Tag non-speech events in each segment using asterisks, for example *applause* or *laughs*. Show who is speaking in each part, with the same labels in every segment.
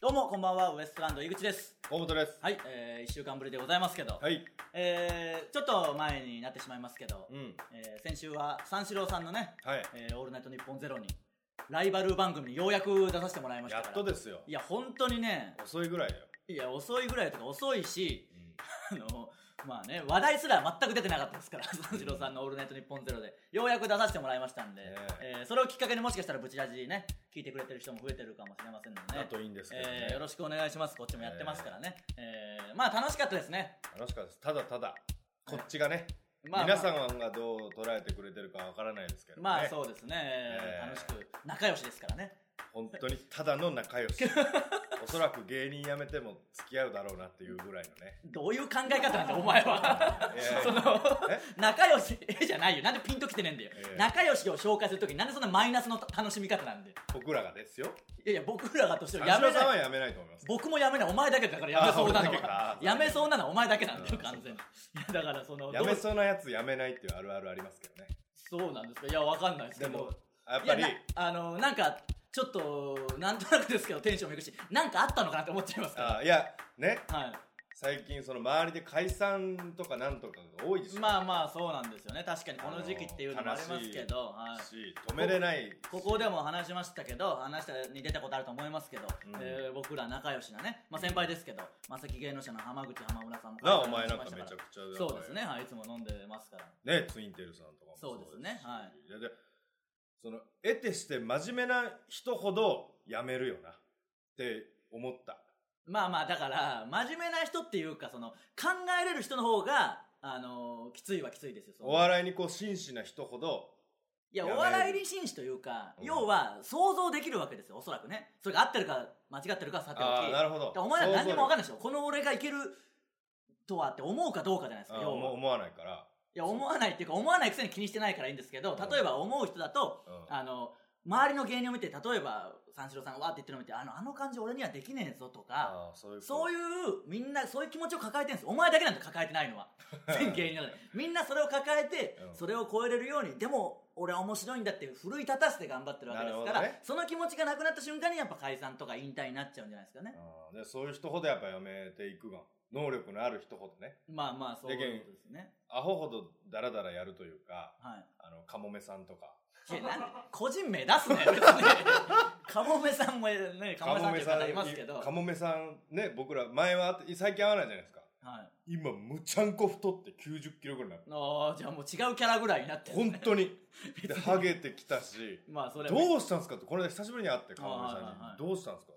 Speaker 1: どうも、こんばんは、ウエストランド井口です。
Speaker 2: 大本です。
Speaker 1: はい、えー、一週間ぶりでございますけど、
Speaker 2: はい。
Speaker 1: えー、ちょっと前になってしまいますけど、
Speaker 2: うん。
Speaker 1: えー、先週は三四郎さんのね、
Speaker 2: はい。
Speaker 1: えー、オールナイトニッポンゼロに、ライバル番組にようやく出させてもらいまし
Speaker 2: や
Speaker 1: たから。
Speaker 2: っとですよ
Speaker 1: い。や、本当にね、
Speaker 2: 遅いぐらいだよ。
Speaker 1: いや、遅いぐらいとか遅いし、 *laughs* あの、まあね、話題すら全く出てなかったですから、三四郎さんのオールナイトニッポンゼロで、ようやく出させてもらいましたんで、
Speaker 2: ね
Speaker 1: えーそれをきっかけにもしかしたらブチラジね、聞いてくれてる人も増えてるかもしれませんので、ね、
Speaker 2: だといいんですけどね
Speaker 1: えーよろしくお願いします。こっちもやってますからね。えーまあ楽しかったですね。
Speaker 2: 楽しかったです。ただただ、こっちがね、
Speaker 1: まあ
Speaker 2: 皆さんがどう捉えてくれてるかわからないですけどね。
Speaker 1: まあそうですね、
Speaker 2: えー
Speaker 1: 楽しく、仲良しですからね。
Speaker 2: 本当にただの
Speaker 1: *laughs*
Speaker 2: 仲良し。おそらく芸人辞めても付き合うだろうなっていうぐらいのね。
Speaker 1: どういう考え方
Speaker 2: *laughs*
Speaker 1: なんだ、お前は。
Speaker 2: いやい
Speaker 1: *laughs*
Speaker 2: や
Speaker 1: その
Speaker 2: え
Speaker 1: 仲良し、 *laughs* えじゃないよ。なんでピンときてねえんだよ。
Speaker 2: ええ
Speaker 1: 仲良しを紹介するときになんでそんなマイナスの楽しみ方なんで。
Speaker 2: 僕らがですよ。
Speaker 1: いやいや、僕らがとしてもや
Speaker 2: 三
Speaker 1: め
Speaker 2: 郎さん
Speaker 1: な。
Speaker 2: はい辞めないと思います。
Speaker 1: 僕もやめない。お前だけだからやめそうなの
Speaker 2: あ俺だけか
Speaker 1: は。 *laughs* やめそうなのはお前だけなんだよ、
Speaker 2: うん
Speaker 1: 完全に。いや、だからその、
Speaker 2: 辞め
Speaker 1: どう
Speaker 2: そうなやつ辞めないっていうあるあるありますけどね。
Speaker 1: そうなんですか。いや、わかんないですけ
Speaker 2: で
Speaker 1: ど。
Speaker 2: も、やっぱり
Speaker 1: い、やなあの、なんか、ちょっと、なんとなくですけど、テンションもいくし、なんかあったのかなって思っちゃいますか
Speaker 2: あいや、ね、
Speaker 1: ら。はい。
Speaker 2: 最近その周りで解散とかなんとかが多いでしょ。
Speaker 1: まあまあ、そうなんですよね。確かにこの時期っていうのもありますけど、はい。
Speaker 2: し止めれない
Speaker 1: ここでも話しましたけど、話したに出たことあると思いますけど、
Speaker 2: うん
Speaker 1: えー僕ら仲良しなね、まあ、先輩ですけど、マセキ芸能者の浜口浜村さんも
Speaker 2: なあお前なんかめちゃ
Speaker 1: ゃ
Speaker 2: くちゃ
Speaker 1: そうですね、はい、いつも飲んでますから。
Speaker 2: ねツインテールさんとかも
Speaker 1: そうですね
Speaker 2: し
Speaker 1: はい
Speaker 2: やでその得てして真面目な人ほどやめるよなって思った
Speaker 1: まあまあ、だから、真面目な人っていうか、その、考えれる人の方が、あのーきついはきついですよ。その
Speaker 2: お笑いにこう真摯な人ほど
Speaker 1: いや、
Speaker 2: やめ
Speaker 1: お
Speaker 2: る
Speaker 1: 笑いに紳士というか、
Speaker 2: うん
Speaker 1: 要は、想像できるわけですよ、おそらくね。それが合ってるか、間違ってるかはさておき。
Speaker 2: ああなるほど
Speaker 1: だからお前ら何にも分かん
Speaker 2: ん
Speaker 1: ないでしょ。この俺がいけるとはって思うかどうかじゃないですか、要は。
Speaker 2: 思わないから、
Speaker 1: いや、思わないっていうか、思わないくせに気にしてないからいいんですけど、例えば思う人だと、
Speaker 2: うん
Speaker 1: あの、周りの芸人を見て、例えば、三四郎さんがわーって言ってるのを見て、あの、あの感じ俺にはできねえぞとか、
Speaker 2: あそういう
Speaker 1: そう
Speaker 2: いう
Speaker 1: いう、みんな、そういう気持ちを抱えてるんですよ。お前だけなんて抱えてないの
Speaker 2: *laughs*
Speaker 1: は。全芸人なので。みんなそれを抱えて
Speaker 2: う、ん
Speaker 1: それを超えれるように、でも、俺は面白いんだっていう奮い立たせて頑張ってるわけですから、
Speaker 2: なるほどね
Speaker 1: その気持ちがなくなった瞬間にやっぱ解散とか引退になっちゃうんじゃないですかね。
Speaker 2: あでそういう人ほどやっぱやめていくが能力のある人ほどね
Speaker 1: まあまあ、そういうことですね。
Speaker 2: アホほどダラダラやるというか
Speaker 1: はい。
Speaker 2: あのカモメさんとか
Speaker 1: いやなん個人名出
Speaker 2: *laughs*
Speaker 1: すね別にカモメさんもねカモメさんっていう方いますけど
Speaker 2: カモメさんね僕ら前は最近会わないじゃないですか
Speaker 1: はい、
Speaker 2: 今むちゃんこ太って9 0キロぐらいになる
Speaker 1: あーじゃあもう違うキャラぐらいになってる
Speaker 2: 本当に
Speaker 1: *laughs* 別
Speaker 2: で
Speaker 1: に
Speaker 2: ハゲてき
Speaker 1: *laughs*
Speaker 2: たし
Speaker 1: まあそれは
Speaker 2: どうしたんですかってこの間久しぶりに会って川上さんに、
Speaker 1: はいはいはい
Speaker 2: どうしたんですか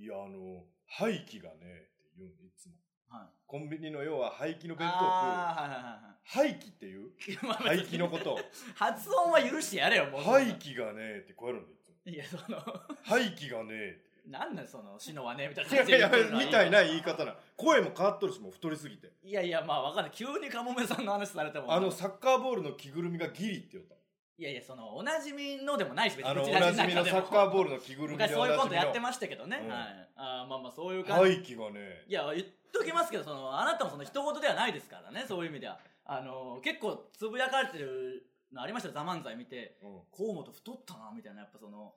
Speaker 2: いやあの廃棄がねって言うんでいつも
Speaker 1: はい
Speaker 2: コンビニの要は廃棄の弁当を
Speaker 1: あーはいはいはい
Speaker 2: 食う廃棄っていう
Speaker 1: はい
Speaker 2: *laughs*
Speaker 1: まあ
Speaker 2: 廃
Speaker 1: 別
Speaker 2: 棄
Speaker 1: に
Speaker 2: の
Speaker 1: *laughs*
Speaker 2: ことを
Speaker 1: 発音は許してやれよもう
Speaker 2: 廃棄がねってこうやるんでい
Speaker 1: *laughs*
Speaker 2: つも
Speaker 1: いやその
Speaker 2: 廃棄がね
Speaker 1: なんなんそのシノはねみたい
Speaker 2: い
Speaker 1: な
Speaker 2: *laughs* やいや
Speaker 1: 感じで言ってるのは
Speaker 2: みたいな言い方な声も変わっとるしもう太りすぎて
Speaker 1: いやいやまあわかんない急にカモメさんの話されても
Speaker 2: あのサッカーボールの着ぐるみがギリって言った
Speaker 1: いやいやそのおなじみのでもないし別
Speaker 2: あの
Speaker 1: う
Speaker 2: お
Speaker 1: ちら
Speaker 2: な
Speaker 1: の
Speaker 2: じ
Speaker 1: 中
Speaker 2: み
Speaker 1: で
Speaker 2: の
Speaker 1: も
Speaker 2: サッカーボールの着ぐるみで
Speaker 1: 昔そういうコントやって
Speaker 2: ま
Speaker 1: ましたけどね、
Speaker 2: うん
Speaker 1: はいあーまあまあそういう
Speaker 2: *laughs*
Speaker 1: 感じ
Speaker 2: 廃棄がね
Speaker 1: いや言っときますけどそのあなたもその人事ではないですからねそういう意味ではあの結構つぶやかれてるのありましたよ「ザ漫才見て
Speaker 2: うん
Speaker 1: 河本太ったなみたいなやっぱその、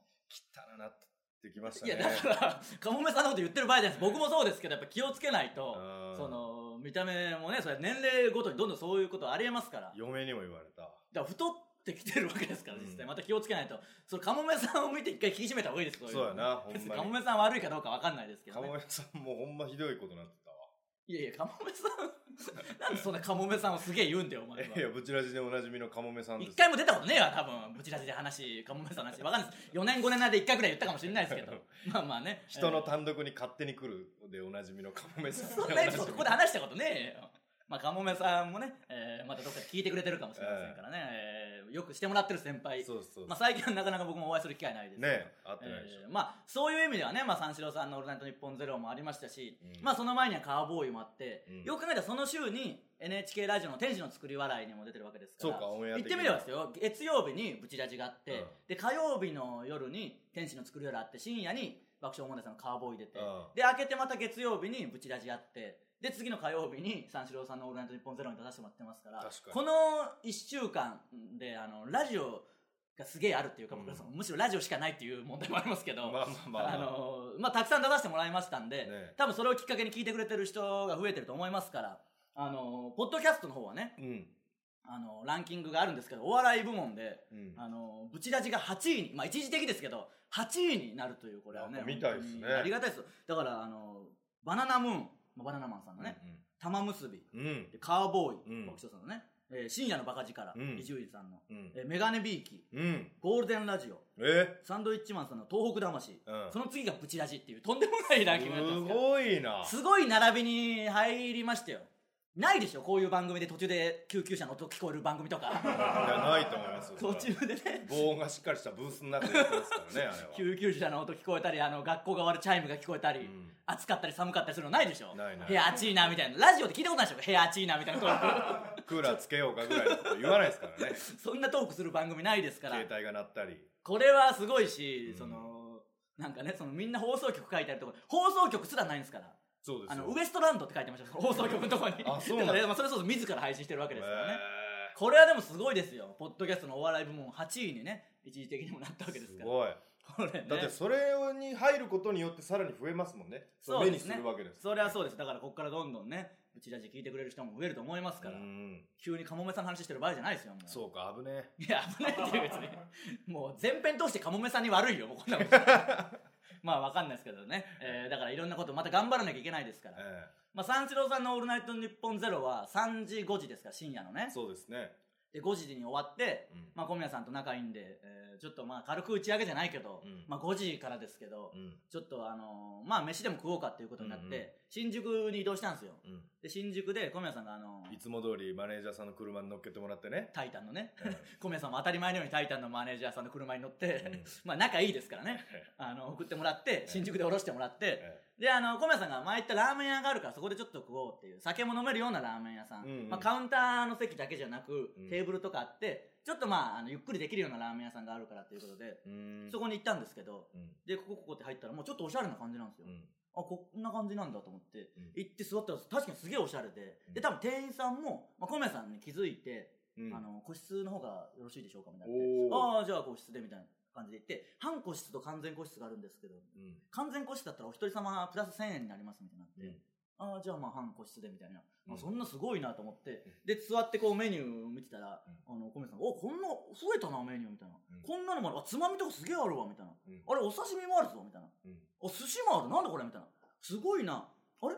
Speaker 2: 汚なってきました
Speaker 1: い
Speaker 2: ね
Speaker 1: やだからかもめさんのこと言ってる場合じゃないです僕もそうですけどやっぱ気をつけないと
Speaker 2: うん
Speaker 1: その見た目もねそれ年齢ごとにどんどんそういうことありえますからだか
Speaker 2: 嫁にも言われた
Speaker 1: ら太ってきてるわけですから実際、
Speaker 2: うん
Speaker 1: また気をつけないとそのかもめさんを見て一回引き締めた方がいいですそい
Speaker 2: そうやなほんまに
Speaker 1: 別にかもめさん悪いかどうかわかんないですけど、
Speaker 2: 鴨
Speaker 1: ね、
Speaker 2: モさんもうほんまひどいことになって
Speaker 1: *laughs*
Speaker 2: た
Speaker 1: いやいやかもめさん *laughs* なんでそんなかもめさんをすげえ言うんだよお前
Speaker 2: わ
Speaker 1: はい
Speaker 2: やブチラジでおなじみのカモメさんで
Speaker 1: 一
Speaker 2: す
Speaker 1: 回も出たことねえわ多分ブチラジで話かもめさんの話わかんないです4年5年なんで1回ぐらい言ったかもしれないですけ
Speaker 2: *laughs*
Speaker 1: どまあまあね
Speaker 2: 人の単独に勝手に来るでおなじみのカモメ
Speaker 1: え
Speaker 2: さん
Speaker 1: *laughs* ーそんなエピソードここで話したことねえよまあかもめさんもね、えーまたどっかで聞いてくれてるかもしれませんからね、えーよくしてもらってる先輩
Speaker 2: そうそうそう
Speaker 1: まあ、最近はなかなか僕もお会いする機会ないですけど
Speaker 2: ね会ってないでし
Speaker 1: えーまあそういう意味ではね、まあ、三四郎さんの「オールナイトニッポンゼロもありましたし、
Speaker 2: うん
Speaker 1: まあその前にはカーボーイもあって、
Speaker 2: うん
Speaker 1: よく考えたらその週に NHK ラジオの「天使の作り笑い」にも出てるわけですから
Speaker 2: そうかオンエア
Speaker 1: 言
Speaker 2: 的
Speaker 1: ってみ
Speaker 2: に
Speaker 1: ればですよ月曜日にブチラジがあって、
Speaker 2: うん
Speaker 1: で火曜日の夜に「天使の作り笑い」あって深夜に爆笑問題さんのカーボーイ出て、
Speaker 2: うん
Speaker 1: で明けてまた月曜日にブチラジあってで次の火曜日に三四郎さんの「オールナイトニッポンゼロに出させてもらってますから
Speaker 2: 確かに
Speaker 1: この1週間であのラジオがすげえあるっていうか、
Speaker 2: うん
Speaker 1: 僕はそのむしろラジオしかないっていう問題もありますけど、
Speaker 2: まあまあまあ、まあ、
Speaker 1: あのまあ、たくさん出させてもらいましたんで、
Speaker 2: ね
Speaker 1: 多分それをきっかけに聞いてくれてる人が増えてると思いますから、あのポッドキャストの方はね、
Speaker 2: うん、
Speaker 1: あのランキングがあるんですけど、お笑い部門で、
Speaker 2: うん、
Speaker 1: あのブチラジが8位に、まあ、一時的ですけど、8位になるという、これはね
Speaker 2: なん、か見たいです
Speaker 1: 本
Speaker 2: ね
Speaker 1: 当にありがたいです。だから、あのバナナムーン、まあバナナマンさんのね、玉結び、
Speaker 2: うん、うん、
Speaker 1: でカーボーイ、
Speaker 2: うん
Speaker 1: 北斗さんのね、えー深夜のバカ力
Speaker 2: うん
Speaker 1: 伊集院さんの、
Speaker 2: うん、
Speaker 1: えーメガネビーキ
Speaker 2: うん、
Speaker 1: ゴールデンラジオ
Speaker 2: え、
Speaker 1: サンドイッチマンさんの東北魂、
Speaker 2: うん、
Speaker 1: その次がブチラジっていうとんでもないランキングだったんです
Speaker 2: す
Speaker 1: けど
Speaker 2: ごいな。
Speaker 1: すごい並びに入りましたよないでしょこういう番組で途中で救急車の音聞こえる番組と
Speaker 2: い *laughs*
Speaker 1: か
Speaker 2: やないと思いますよ。
Speaker 1: 途中でね
Speaker 2: 防音がしっかりしたブースの中でやってますからね、あれは。
Speaker 1: 救 *laughs* 急車の音聞こえたりあの学校が終わるチャイムが聞こえたり、
Speaker 2: うん
Speaker 1: 暑かったり寒かったりするのないでしょ
Speaker 2: ないない
Speaker 1: 部屋暑いなみたいなラジオで聞いたことないでしょ部屋暑いなみたいなト
Speaker 2: *laughs*
Speaker 1: ー
Speaker 2: クーラーつけようかぐらいのこと言わないですから
Speaker 1: *laughs*
Speaker 2: ね。
Speaker 1: クそんなトークする番組ないですから
Speaker 2: 携帯が鳴ったり。
Speaker 1: これはすごいし、
Speaker 2: うん
Speaker 1: そのなんかねそのみんな放送局書いてあるとこ放送局すらないんですから
Speaker 2: そうで
Speaker 1: あ
Speaker 2: すよ。
Speaker 1: のウエストランドって書いてました放送局のとこに
Speaker 2: あそうなんだ
Speaker 1: だからまあそれこそ自ら配信してるわけですからね、
Speaker 2: へ
Speaker 1: これはでもすごいですよポッドキャストのお笑い部門8位にね一時的にもなったわけ
Speaker 2: ー
Speaker 1: です
Speaker 2: す
Speaker 1: から
Speaker 2: ごい。
Speaker 1: これね
Speaker 2: だってそれに入ることによってさらに増えますもんね。
Speaker 1: そう
Speaker 2: 目
Speaker 1: で
Speaker 2: に
Speaker 1: す
Speaker 2: す
Speaker 1: ね
Speaker 2: るわけです。
Speaker 1: それはそうですだからここからどんどんねうちらじ聞いてくれる人も増えると思いますから、
Speaker 2: うん。
Speaker 1: 急にかもめさんの話してる場合じゃないですよもう
Speaker 2: そうか、危ね
Speaker 1: いや、危ないっていう別
Speaker 2: *laughs*
Speaker 1: に。もう全編通してかもめさんに悪いよ、もうこんなこと。まあわかんないですけどね。えーだからいろんなことまた頑張らなきゃいけないですから
Speaker 2: え。。え
Speaker 1: まあ三四郎さんのオールナイトニッポンゼロは3時5時ですから、深夜の
Speaker 2: え
Speaker 1: ね。
Speaker 2: そうですね。
Speaker 1: で、5時に終わって、
Speaker 2: うん
Speaker 1: まあ小宮さんと仲いいんで、えーちょっとまあ軽く打ち上げじゃないけど、
Speaker 2: うん
Speaker 1: まあ5時からですけど、
Speaker 2: うん。
Speaker 1: ちょっとあのーまあ飯でも食おうかっていうことになって、
Speaker 2: うんうん
Speaker 1: 新宿に移動したんですよ。
Speaker 2: うん。
Speaker 1: で、新宿で小宮さんがあのー
Speaker 2: いつも通りマネージャーさんの車に乗っけてもらっ
Speaker 1: *laughs*
Speaker 2: てね。
Speaker 1: タイタンのね、
Speaker 2: うん
Speaker 1: 小宮さんも当たり前のようにタイタンのマネージャーさんの車に乗って、 *laughs* まあ仲いいですからね。あの、送ってもらって、新宿で降ろしてもらって、
Speaker 2: え
Speaker 1: で、あの、小宮さんが前行ったラーメン屋があるからそこでちょっと食おうっていう、酒も飲めるようなラーメン屋さん。
Speaker 2: うんうん
Speaker 1: まあ、カウンターの席だけじゃなく
Speaker 2: うん、
Speaker 1: テーブルとかあって、ちょっとまあ、あのゆっくりできるようなラーメン屋さんがあるからということで、
Speaker 2: えうん。
Speaker 1: そこに行ったんですけど、
Speaker 2: うん。
Speaker 1: で、ここここって入ったらもうちょっとおしゃれな感じなんですよ。
Speaker 2: うん。
Speaker 1: あ、こんな感じなんだと思って
Speaker 2: うん、
Speaker 1: 行って座ったら確かにすげえおしゃれで
Speaker 2: う、ん
Speaker 1: で、多分店員さんも、まあ、小宮さんに気づいて、
Speaker 2: うん
Speaker 1: あの、個室の方がよろしいでしょうかみたいな。
Speaker 2: おー
Speaker 1: ああ、じゃあ個室でみたいな感じで行って、半個室と完全個室があるんですけど、
Speaker 2: うん。
Speaker 1: 完全個室だったらお一人様プラス1000円になりますみたいになって、
Speaker 2: うん
Speaker 1: ああじゃあまあ半個室でみたいな、
Speaker 2: うん
Speaker 1: あそんなすごいなと思って、で座ってこうメニュー見てたら、あのお米さん「おこんな増えたなメニュー」みたいな、
Speaker 2: うん
Speaker 1: こんなのもあるあつまみとかすげえあるわ」みたいな「
Speaker 2: うん
Speaker 1: あれお刺身もあるぞ」みたいな「
Speaker 2: うん
Speaker 1: あ寿司もあるなんだこれ」みたいな「すごいなあれ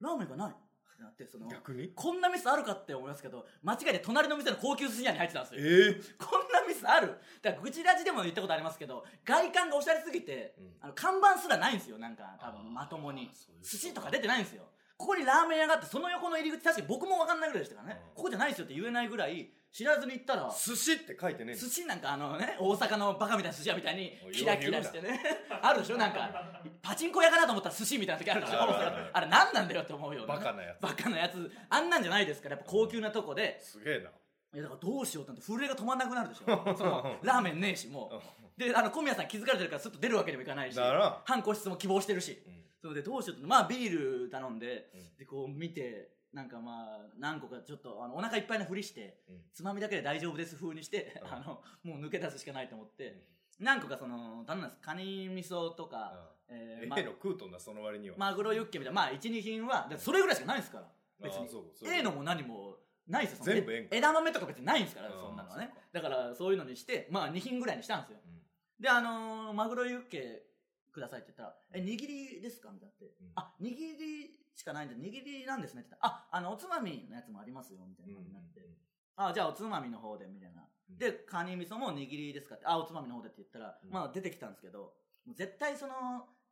Speaker 1: ラーメンがない」ってなってその
Speaker 2: 逆に
Speaker 1: こんなミスあるかって思いますけど間違いで隣の店の高級寿司屋に入ってたんですよ
Speaker 2: ええ
Speaker 1: こんなミスあるだから、愚痴ラジでも言ったことありますけど、外観がおしゃれすぎて、あの、看板すらないんですよ、なんか、多分まともに
Speaker 2: あーそういう。こと
Speaker 1: 寿司とか出てないんですよ。ここにラーメン屋があって、その横の入り口、確かに僕もわかんないぐらいでしたからね
Speaker 2: う。ん
Speaker 1: ここじゃないですよって言えないぐらい、知らずに行ったら、
Speaker 2: 寿司って書いてねえんだ
Speaker 1: 寿司なんかあのね、大阪のバカみたいな寿司屋みたいに
Speaker 2: おい
Speaker 1: キラキラしてね。 *laughs* あるでしょなん *laughs* か、パチンコ屋かなと思ったら寿司みたいな時あるでしょ
Speaker 2: あるあるある
Speaker 1: あれ何なんだよって思うような。
Speaker 2: バカなやつ
Speaker 1: バカなやつ。あんなんじゃないですから、やっぱ高級なとこで、
Speaker 2: すげえな。
Speaker 1: いやだからどうしようってなって震えが止まんなくなるでしょそのラーメンねえしもうであの小宮さん気づかれてるからすっと出るわけにもいかないし
Speaker 2: だから
Speaker 1: 半個室も希望してるし、
Speaker 2: うん
Speaker 1: それでどうしようってまあビール頼んで、
Speaker 2: うん
Speaker 1: でこう見てなんかまあ何個かちょっとあのお腹いっぱいなふりして、
Speaker 2: うん
Speaker 1: つまみだけで大丈夫です風にして、
Speaker 2: う
Speaker 1: *laughs*
Speaker 2: ん
Speaker 1: あのもう抜け出すしかないと思って、何個かその頼んだんですカニ味噌とか、え
Speaker 2: え
Speaker 1: ー
Speaker 2: え
Speaker 1: ま
Speaker 2: の食うとんだ、その割には。
Speaker 1: マグロユッケみたいなまあ12品はだからそれぐらいしかないですから別
Speaker 2: あ
Speaker 1: に
Speaker 2: ーそうそう
Speaker 1: A のも何もないですよ
Speaker 2: 全部
Speaker 1: その
Speaker 2: 円か
Speaker 1: 枝豆とか別にないんですから
Speaker 2: あー
Speaker 1: そんなのは
Speaker 2: そ
Speaker 1: ね
Speaker 2: うか
Speaker 1: だからそういうのにしてまあ2品ぐらいにしたんですよ、
Speaker 2: うん
Speaker 1: であのーマグロユッケくださいって言ったら「え握りですか?」みたいになって「
Speaker 2: うん
Speaker 1: あ握りしかないんで握りなんですね」って言ったら「ああのおつまみのやつもありますよ」みたいな感じになって「あじゃあおつまみの方で」みたいな、
Speaker 2: うん
Speaker 1: でカニ味噌も握りですかって「あおつまみの方で」って言ったら、
Speaker 2: うん
Speaker 1: まあ出てきたんですけどもう絶対その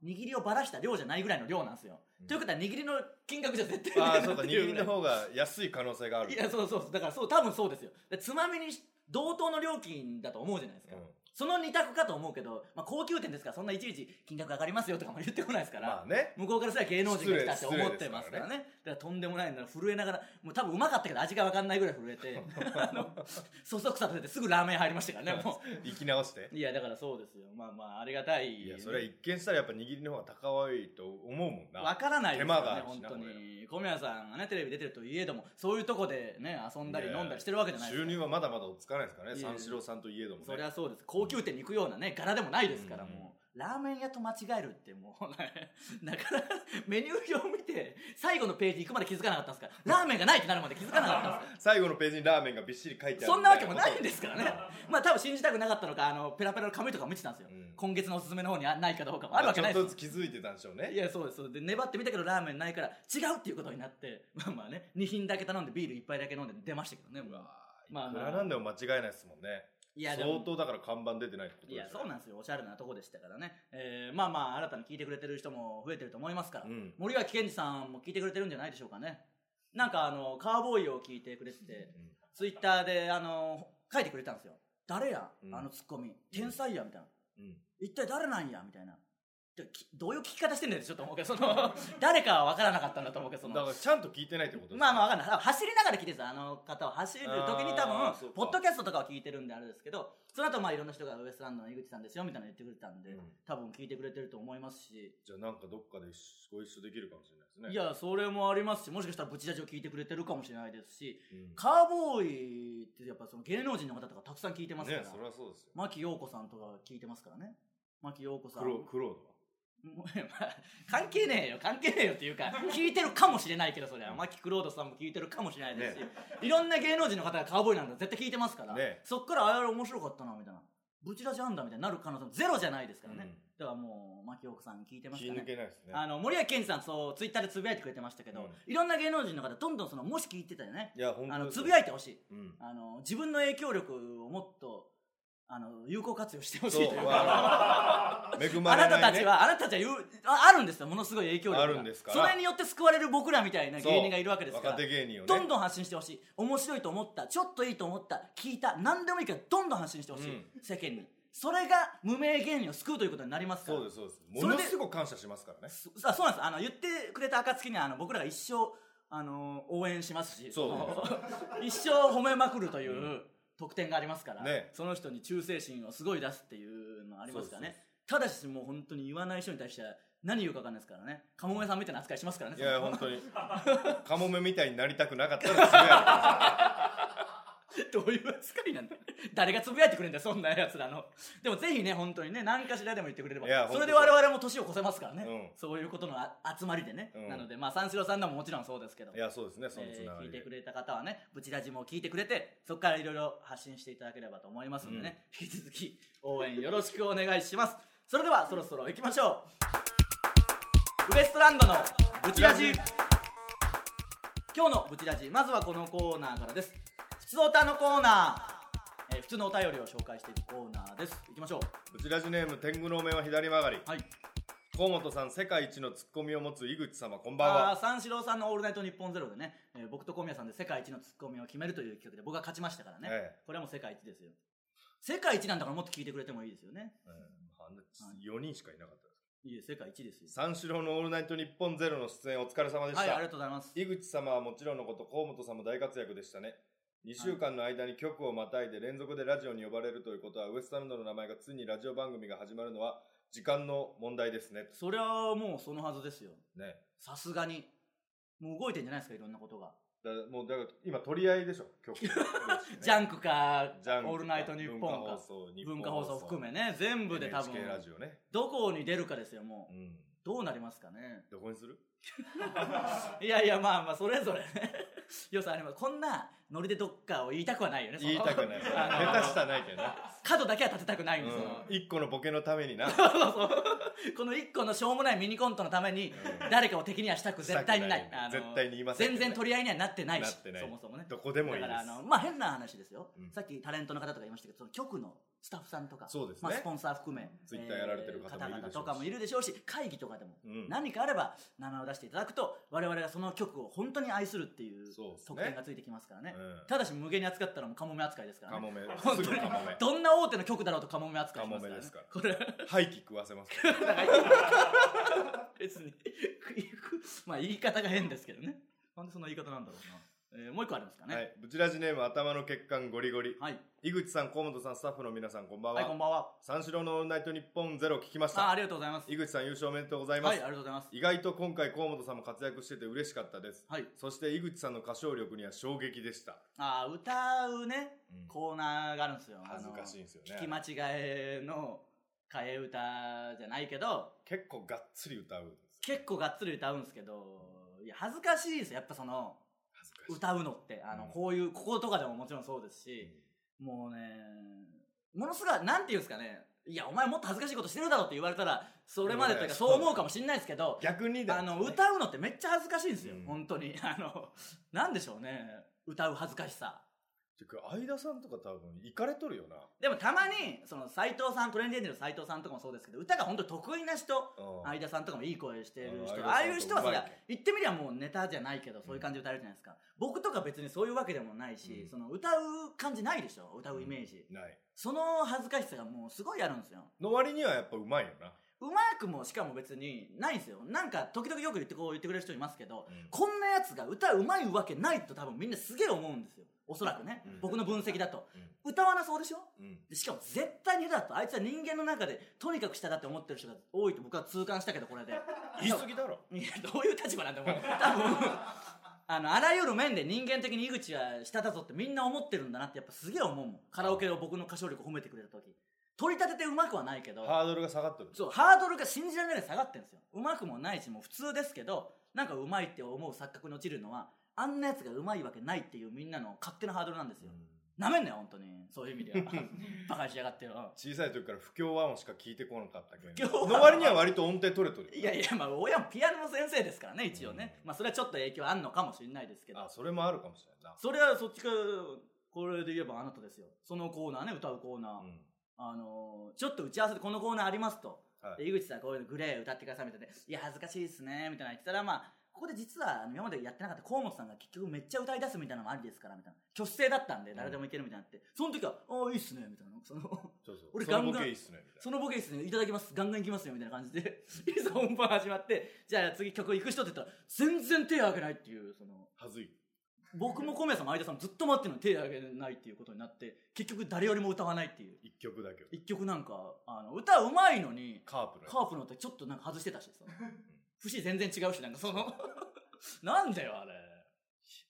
Speaker 1: 握りをばらした量じゃないぐらいの量なんですよ、
Speaker 2: うん
Speaker 1: ということは握りの金額じゃ絶対
Speaker 2: あ
Speaker 1: な
Speaker 2: あ、
Speaker 1: い
Speaker 2: そう
Speaker 1: な
Speaker 2: か、
Speaker 1: ってい
Speaker 2: 握
Speaker 1: う
Speaker 2: り
Speaker 1: ぐら
Speaker 2: の
Speaker 1: い
Speaker 2: 方が安い可能性がある。
Speaker 1: いや、そうそうそう。だからそう、多分そうですよ。でつまみにし同等の料金だと思うじゃないですか。
Speaker 2: うん
Speaker 1: その二択かと思うけど、まあ、高級店ですから、そんないちいち金額上がりますよとかも言ってこないですから、
Speaker 2: まあね。
Speaker 1: 向こうからすら芸能人が来たって思ってますからね。だからとんでもないんだ震えながら、もう多分うまかったけど味がわかんないぐらい震え
Speaker 2: *laughs*
Speaker 1: て、あの、そそくさと出てすぐラーメン入りましたからね、も
Speaker 2: 生き直して
Speaker 1: う。。いや、だからそうですよ。まあまあ、ありがたい、
Speaker 2: いや、それは一見したらやっぱ握りの方が高いと思うもんな。
Speaker 1: わからないです
Speaker 2: 手間
Speaker 1: よ
Speaker 2: があ
Speaker 1: ね、
Speaker 2: るし
Speaker 1: 本
Speaker 2: な
Speaker 1: 当に。小宮さんがね、テレビ出てるといえども、そういうとこでね、遊んだり飲んだりしてるわけじゃないです
Speaker 2: 収
Speaker 1: か。
Speaker 2: 入はまだまだ落ち着かないですから
Speaker 1: い
Speaker 2: ね。
Speaker 1: やいや
Speaker 2: 三四郎さんといえどもね。
Speaker 1: そりゃそうです。高級店に行くようなね、柄でもないですから、
Speaker 2: うん
Speaker 1: もう。ラーメン屋と間違えるってもう *laughs* ね、なかなかメニュー表を見て、最後のページ行くまで気づかなかったんですから、ラーメンがないってなるまで気づかなかったんですよ
Speaker 2: 最後のページにラーメンがびっしり書いてある。
Speaker 1: そんなわけもないんですからね。 *laughs* まあ多分信じたくなかったのか、あの、ペラペラの紙とか見てたんですよ。
Speaker 2: うん
Speaker 1: 今月のおすすめの方にあないかどうかもあるわけない
Speaker 2: ちょっ
Speaker 1: です
Speaker 2: とずつ気づいてたんでしょうね。
Speaker 1: いや、そうです。そうですで、粘ってみたけどラーメンないから、違うっていうことになって、まあまあね、2品だけ頼んでビール1杯だけ飲んで出ましたけどね、もうまあ
Speaker 2: いくらなんでも間違いないですもんね。
Speaker 1: いや、で
Speaker 2: 相
Speaker 1: も、
Speaker 2: 当だから看板出てないってこと
Speaker 1: い
Speaker 2: ですよ
Speaker 1: や、そうなんですよ。おしゃれなとこでしたからね。えーまあまあ、新たに聞いてくれてる人も増えてると思いますから、
Speaker 2: うん。
Speaker 1: 森脇健児さんも聞いてくれてるんじゃないでしょうかね。なんかあの、カーボーイを聞いてくれてて、ツイッターで、あの、書いてくれたんですよ。誰や、
Speaker 2: うん
Speaker 1: あのツッコミ。天才やみたいな。
Speaker 2: うん。うん
Speaker 1: 一体誰なんやみたいな。できどういう聞き方してんだよってちょっと思うけど、その、 *laughs* 誰かは分からなかったんだと思うけど、そ
Speaker 2: だ
Speaker 1: の
Speaker 2: か、らちゃんと聞いてないってことです
Speaker 1: まあまあ
Speaker 2: あ
Speaker 1: 分かんない。走りながら聞いてるんですよあの方は走る時に多
Speaker 2: あーそう
Speaker 1: 分
Speaker 2: か、
Speaker 1: ポッドキャストとかは聞いてるんであれですけど、その後まあいろんな人がウエストランドの井口さんですよみたいなの言ってくれたんで、
Speaker 2: うん
Speaker 1: 多分聞いてくれてると思いますし、
Speaker 2: じゃあなんかどっかでご一緒できるかもしれないですね。
Speaker 1: い、や、それもありますし、もしかしたらブチラジを聞いてくれてるかもしれないですし、
Speaker 2: うん、
Speaker 1: カーボーイってやっぱその芸能人の方とかたくさん聞いてますから、
Speaker 2: ね、それはそうですよ。
Speaker 1: 牧陽子さんとか聞いてますからね。牧陽子さん。
Speaker 2: クロクロー
Speaker 1: もうまあ *laughs* 関係ねえよ関係ねえよっていうか聞いてるかもしれないけどそれは
Speaker 2: うん
Speaker 1: マキクロードさんも聞いてるかもしれないですし、いろんな芸能人の方がカウボーイなんだ絶対聞いてますから、
Speaker 2: ね
Speaker 1: そっからあれ面白かったなみたいなブチラジあんだみたいになる可能性もゼロじゃないですか
Speaker 2: ド
Speaker 1: ら
Speaker 2: は。
Speaker 1: ね、だからもうマキオクさん聞いて
Speaker 2: うん
Speaker 1: まし
Speaker 2: 気
Speaker 1: たね
Speaker 2: 抜けないですね。
Speaker 1: あの森脇健児さんそうツイッターでつぶやいてくれてましたけど、いろんな芸能人の方どんどんそのもし聞いてたよね
Speaker 2: いや、本
Speaker 1: あ
Speaker 2: 当
Speaker 1: の
Speaker 2: です
Speaker 1: つ
Speaker 2: よ
Speaker 1: ぶやいてほしい
Speaker 2: うん。
Speaker 1: あの自分の影響力をもっとあの有効活用してほしい
Speaker 2: そ
Speaker 1: といううか、
Speaker 2: ま
Speaker 1: *laughs*
Speaker 2: あ、恵ま
Speaker 1: あ
Speaker 2: れない、
Speaker 1: なた
Speaker 2: ね。
Speaker 1: たちは、あなたたちは言うああるんですよ、ものすごい影響力が。
Speaker 2: あるんですから
Speaker 1: それによって救われる僕らみたいな
Speaker 2: そう
Speaker 1: 芸人がいるわけですから
Speaker 2: 若手。芸人をね。
Speaker 1: どんどん発信してほしい。面白いと思った、ちょっといいと思った、聞いた、何でもいいからどんどん発信してほしい、
Speaker 2: うん
Speaker 1: 世間に。それが無名芸人を救うということになりますから。
Speaker 2: そうです、そうです。
Speaker 1: そ
Speaker 2: も
Speaker 1: れ
Speaker 2: の
Speaker 1: です
Speaker 2: ごく感謝しますからね。
Speaker 1: そあそうなんです。あの、言ってくれた暁には、あの、僕らが一生、あの、応援しますし、
Speaker 2: そう
Speaker 1: あの一生褒めまくるという、
Speaker 2: うん
Speaker 1: 特典がありますから、
Speaker 2: ね
Speaker 1: その人に忠誠心をすごい出すっていうのありますからね。ただし、もう本当に言わない人に対しては何言うかわかんないですからね。カモメさんみたいな扱いしますからね。
Speaker 2: いや、
Speaker 1: その
Speaker 2: 本当に。 *laughs* カモメみたいになりたくなかったらつぶや
Speaker 1: *laughs* どういう扱いなんだ誰がつぶやいてくれんだよ、そんなやつらの。でもぜひね、本当にね、何かしらでも言ってくれれば
Speaker 2: いや。
Speaker 1: それで
Speaker 2: 本当
Speaker 1: 我
Speaker 2: そう
Speaker 1: 々も年を越せますからね。
Speaker 2: うん
Speaker 1: そういうことのあ集まりでね。
Speaker 2: うん
Speaker 1: なので、まあ、三四郎さんのももちろんそうですけど
Speaker 2: い。。いや、そうですね、そのつ
Speaker 1: え
Speaker 2: な
Speaker 1: ー聞
Speaker 2: が
Speaker 1: い
Speaker 2: りで。
Speaker 1: てくれた方はね、ブチラジも聞いてくれて、そこからいろいろ発信していただければと思いますのでね、引き続き応援よろしくお願いします。それではそろそろ行きましょう。ウエストランドのブチラジ。今日のブチラジ、まずはこのコーナーからです。普通おたのコーナー、えー普通のお便りを紹介していくコーナーです。行きましょう。
Speaker 2: ブチラジネーム、天狗のお面は左曲がり。
Speaker 1: はい。
Speaker 2: 河本さん、世界一のツッコミを持つ井口様、こんばん
Speaker 1: あ
Speaker 2: は。
Speaker 1: ー三四郎さんの「オールナイトニッポンゼロでね、えー僕と小宮さんで世界一のツッコミを決めるという企画で僕が勝ちましたからね、
Speaker 2: え
Speaker 1: これはもう世界一ですよ世界一なんだからもっと聞いてくれてもいいですよね
Speaker 2: えあんな4人しかいなかったです。
Speaker 1: いえ世界一ですよ
Speaker 2: 三四郎のオールナイトニッポンゼロの出演お疲れ様でした。
Speaker 1: はいありがとうございます
Speaker 2: 井口様はもちろんのこと河本さんも大活躍でしたね2週間の間に局をまたいで連続でラジオに呼ばれるということはウエストランドの名前がついにラジオ番組が始まるのは時間の問題ですね
Speaker 1: そりゃもうそのはずですよ
Speaker 2: ね
Speaker 1: さすがにもう動いてんじゃないですかいろんなことが、
Speaker 2: だもうだから今取り合いでしょ局
Speaker 1: *laughs* ジャンクか
Speaker 2: ジャンク
Speaker 1: オールナイトニッポン
Speaker 2: 文化
Speaker 1: か
Speaker 2: 放送日
Speaker 1: 文
Speaker 2: 本
Speaker 1: 化放送含めね全部で多分
Speaker 2: NHK ラジオね、
Speaker 1: どこに出るかですよも
Speaker 2: う、
Speaker 1: うんどうなりますかね
Speaker 2: どこにする
Speaker 1: いやいやまあまあそれぞれね *laughs* 良さありますこんなノリでどっかを言いたくはないよねその
Speaker 2: 言いたくない
Speaker 1: *laughs* あの
Speaker 2: 下手したらないけどな、
Speaker 1: 角だけは立てたくな
Speaker 2: う
Speaker 1: いんですよ、 *laughs*
Speaker 2: ん、1個のボケのためにな、うん
Speaker 1: この一個のしょうもないミニコントのために誰かを敵にはしたく絶対にない
Speaker 2: したくない
Speaker 1: あの
Speaker 2: 絶対に言いませんけ
Speaker 1: 全
Speaker 2: ど
Speaker 1: 然取り合いにはなってないし
Speaker 2: なってない
Speaker 1: そもそもね
Speaker 2: どこでもいい
Speaker 1: だ
Speaker 2: で
Speaker 1: か
Speaker 2: す
Speaker 1: らあのまあ変な話ですよ、
Speaker 2: うん
Speaker 1: さっきタレントの方とか言いましたけどその局のスタッフさんとか、
Speaker 2: そうです
Speaker 1: ま
Speaker 2: ね
Speaker 1: あ、スポンサー含め、
Speaker 2: ツイッターやられてる方もいる
Speaker 1: 方
Speaker 2: でしょうし
Speaker 1: 々とかもいるでしょうし、会議とかでも、
Speaker 2: うん
Speaker 1: 何かあれば名前を出していただくと、我々がその曲を本当に愛するっていう
Speaker 2: そうですね
Speaker 1: 特典がついてきますからね。 *laughs*
Speaker 2: うん
Speaker 1: ただし、無限に扱ったらもうカモメ扱いですからね。
Speaker 2: カモメ
Speaker 1: 本
Speaker 2: す
Speaker 1: 当
Speaker 2: ぐ
Speaker 1: に
Speaker 2: カモメ
Speaker 1: どんな大手の曲だろうとカモメ扱いしますから、ね。
Speaker 2: カ
Speaker 1: これ
Speaker 2: 廃棄食わせますか、
Speaker 1: 別にまあ言い方が変ですけどねなんでそんな言い方なんだろうな、えーもう一個ありますから *laughs* ね
Speaker 2: はい、ブチラジネーム頭の血管ゴリゴリ
Speaker 1: はい、
Speaker 2: 井口さん河本さんスタッフの皆さんこんばん
Speaker 1: は
Speaker 2: は、
Speaker 1: い、こんばんは
Speaker 2: 三四郎のオールナイトニッポンゼロ聞きまし
Speaker 1: ああ
Speaker 2: た
Speaker 1: りがとうございます
Speaker 2: 井口さん優勝おめでとうございま
Speaker 1: は
Speaker 2: す、
Speaker 1: いありがとうございます
Speaker 2: 意外と今回河本さんも活躍してて嬉しかったです
Speaker 1: はい
Speaker 2: そして井口さんの歌唱力には衝撃でした、
Speaker 1: あー歌うねコーナーがあるんですよ
Speaker 2: 恥ずかしい
Speaker 1: い
Speaker 2: んですよ
Speaker 1: 聞き間
Speaker 2: ね
Speaker 1: 違えの替え歌じゃないけど
Speaker 2: 結構がっつり歌うんです
Speaker 1: 結構がっつり歌うんですけどいや恥ずかしいですよやっぱその
Speaker 2: 恥ずかしい
Speaker 1: 歌うのってあの、
Speaker 2: うん
Speaker 1: こういうこことかでももちろんそうですし、もうね、ものすごい、なんていうんですかね、いや、お前もっと恥ずかしいことしてるだろって言われたら、それまでという
Speaker 2: いやい
Speaker 1: か、
Speaker 2: や
Speaker 1: そう思うかもしれないですけど、
Speaker 2: 逆にだ
Speaker 1: あ
Speaker 2: よね
Speaker 1: の、歌うのってめっちゃ恥ずかしいんですよ、
Speaker 2: うん
Speaker 1: 本当に。 *laughs* あの、なんでしょうね、歌う恥ずかしさ。
Speaker 2: てか相田さんとか多分行かれとるよな
Speaker 1: でもたまに、その、斎藤さん、トレンディエンジェルの斎藤さんとかもそうですけど、歌が本当に得意な人、
Speaker 2: うん
Speaker 1: 相田さんとかもいい声してる
Speaker 2: う
Speaker 1: 人、
Speaker 2: ん
Speaker 1: ああいう人はそりゃ
Speaker 2: 相田さんとかうまいけど、
Speaker 1: 言ってみりゃもうネタじゃないけど、そういう感じで歌えるじゃないですか。僕とか別にそういうわけでもないし、
Speaker 2: うん
Speaker 1: その、歌う感じないでしょ、歌うイメージ。
Speaker 2: ない
Speaker 1: その恥ずかしさがもうすごいあるんですよ。
Speaker 2: の割にはやっぱうまいよな、
Speaker 1: うまくもしかも別にないんですよ。なんか時々よく言ってこう言ってくれる人いますけど、
Speaker 2: うん
Speaker 1: こんなやつが歌うまいわけないと多分みんなすげえ思うんですよ。おそらくね。
Speaker 2: うん
Speaker 1: 僕の分析だと。歌わなそうでしょでしかも絶対にだとあいつは人間の中でとにかく下だって思ってる人が多いと僕は痛感したけどこれで。
Speaker 2: 言い過ぎだろ
Speaker 1: いや、どういう立場なんだ、お前。多分、あの、あらゆる面で人間的に井口は下だぞってみんな思ってるんだなってやっぱすげえ思うもん。カラオケを僕の歌唱力褒めてくれた時。取り立ててうまくはないけど、
Speaker 2: ハードルが下がってる
Speaker 1: そう、ハードルが信じられないぐらい下がってるんですよ。うまくもないし、もう普通ですけど、なんかうまいって思う錯覚に落ちるのは、あんなやつがうまいわけないっていうみんなの勝手なハードルなんですよ。なめんなよ、本当に。そういう意味で *laughs* は。バカにしやがってよ。
Speaker 2: 小さい時から不協和音しか聞いてこなかったけ
Speaker 1: 不協和
Speaker 2: ど
Speaker 1: 音
Speaker 2: の割には割と音程取れとるよ
Speaker 1: いやいや、まあ、親もピアノの先生ですからね、一応ね。まあ、それはちょっと影響あんのかもしれないですけど。
Speaker 2: あそれもあるかもしれない
Speaker 1: それはそっちかこれで言えばあなたですよそのコーナーね歌うコーナー、
Speaker 2: な、うん
Speaker 1: あのーちょっと打ち合わせでこのコーナーありますと、
Speaker 2: はい
Speaker 1: で井口さんこういうのグレー歌ってくださいみたいな「いや恥ずかしいですね」みたいな言ってたらまあここで実はあの今までやってなかった河本さんが結局めっちゃ歌い出すみたいなのもありですからみたいな挙手制だったんで誰でもいけるみたいになって、その時は「ああいいっすね」みたいなその
Speaker 2: そうそう
Speaker 1: 俺
Speaker 2: その
Speaker 1: ガンガン
Speaker 2: ボケいいっすねみた
Speaker 1: そ
Speaker 2: い
Speaker 1: のボケですね、いただきます、ガンガンいきますよ、みたいな感じで、いざ本番始まって、じゃあ次曲行く人って言ったら、全然手挙げないっていう、その、
Speaker 2: なはずい
Speaker 1: 僕も小宮さんも相田さんもずっと待ってるのに手挙げないっていうことになって結局誰よりも歌わないっていう
Speaker 2: 一曲だけを
Speaker 1: 一曲なんかあの歌うまいのに
Speaker 2: カープのやつ
Speaker 1: カープの歌ちょっとなんか外してたしその節全然違うしなんかその *laughs* なんだよあれ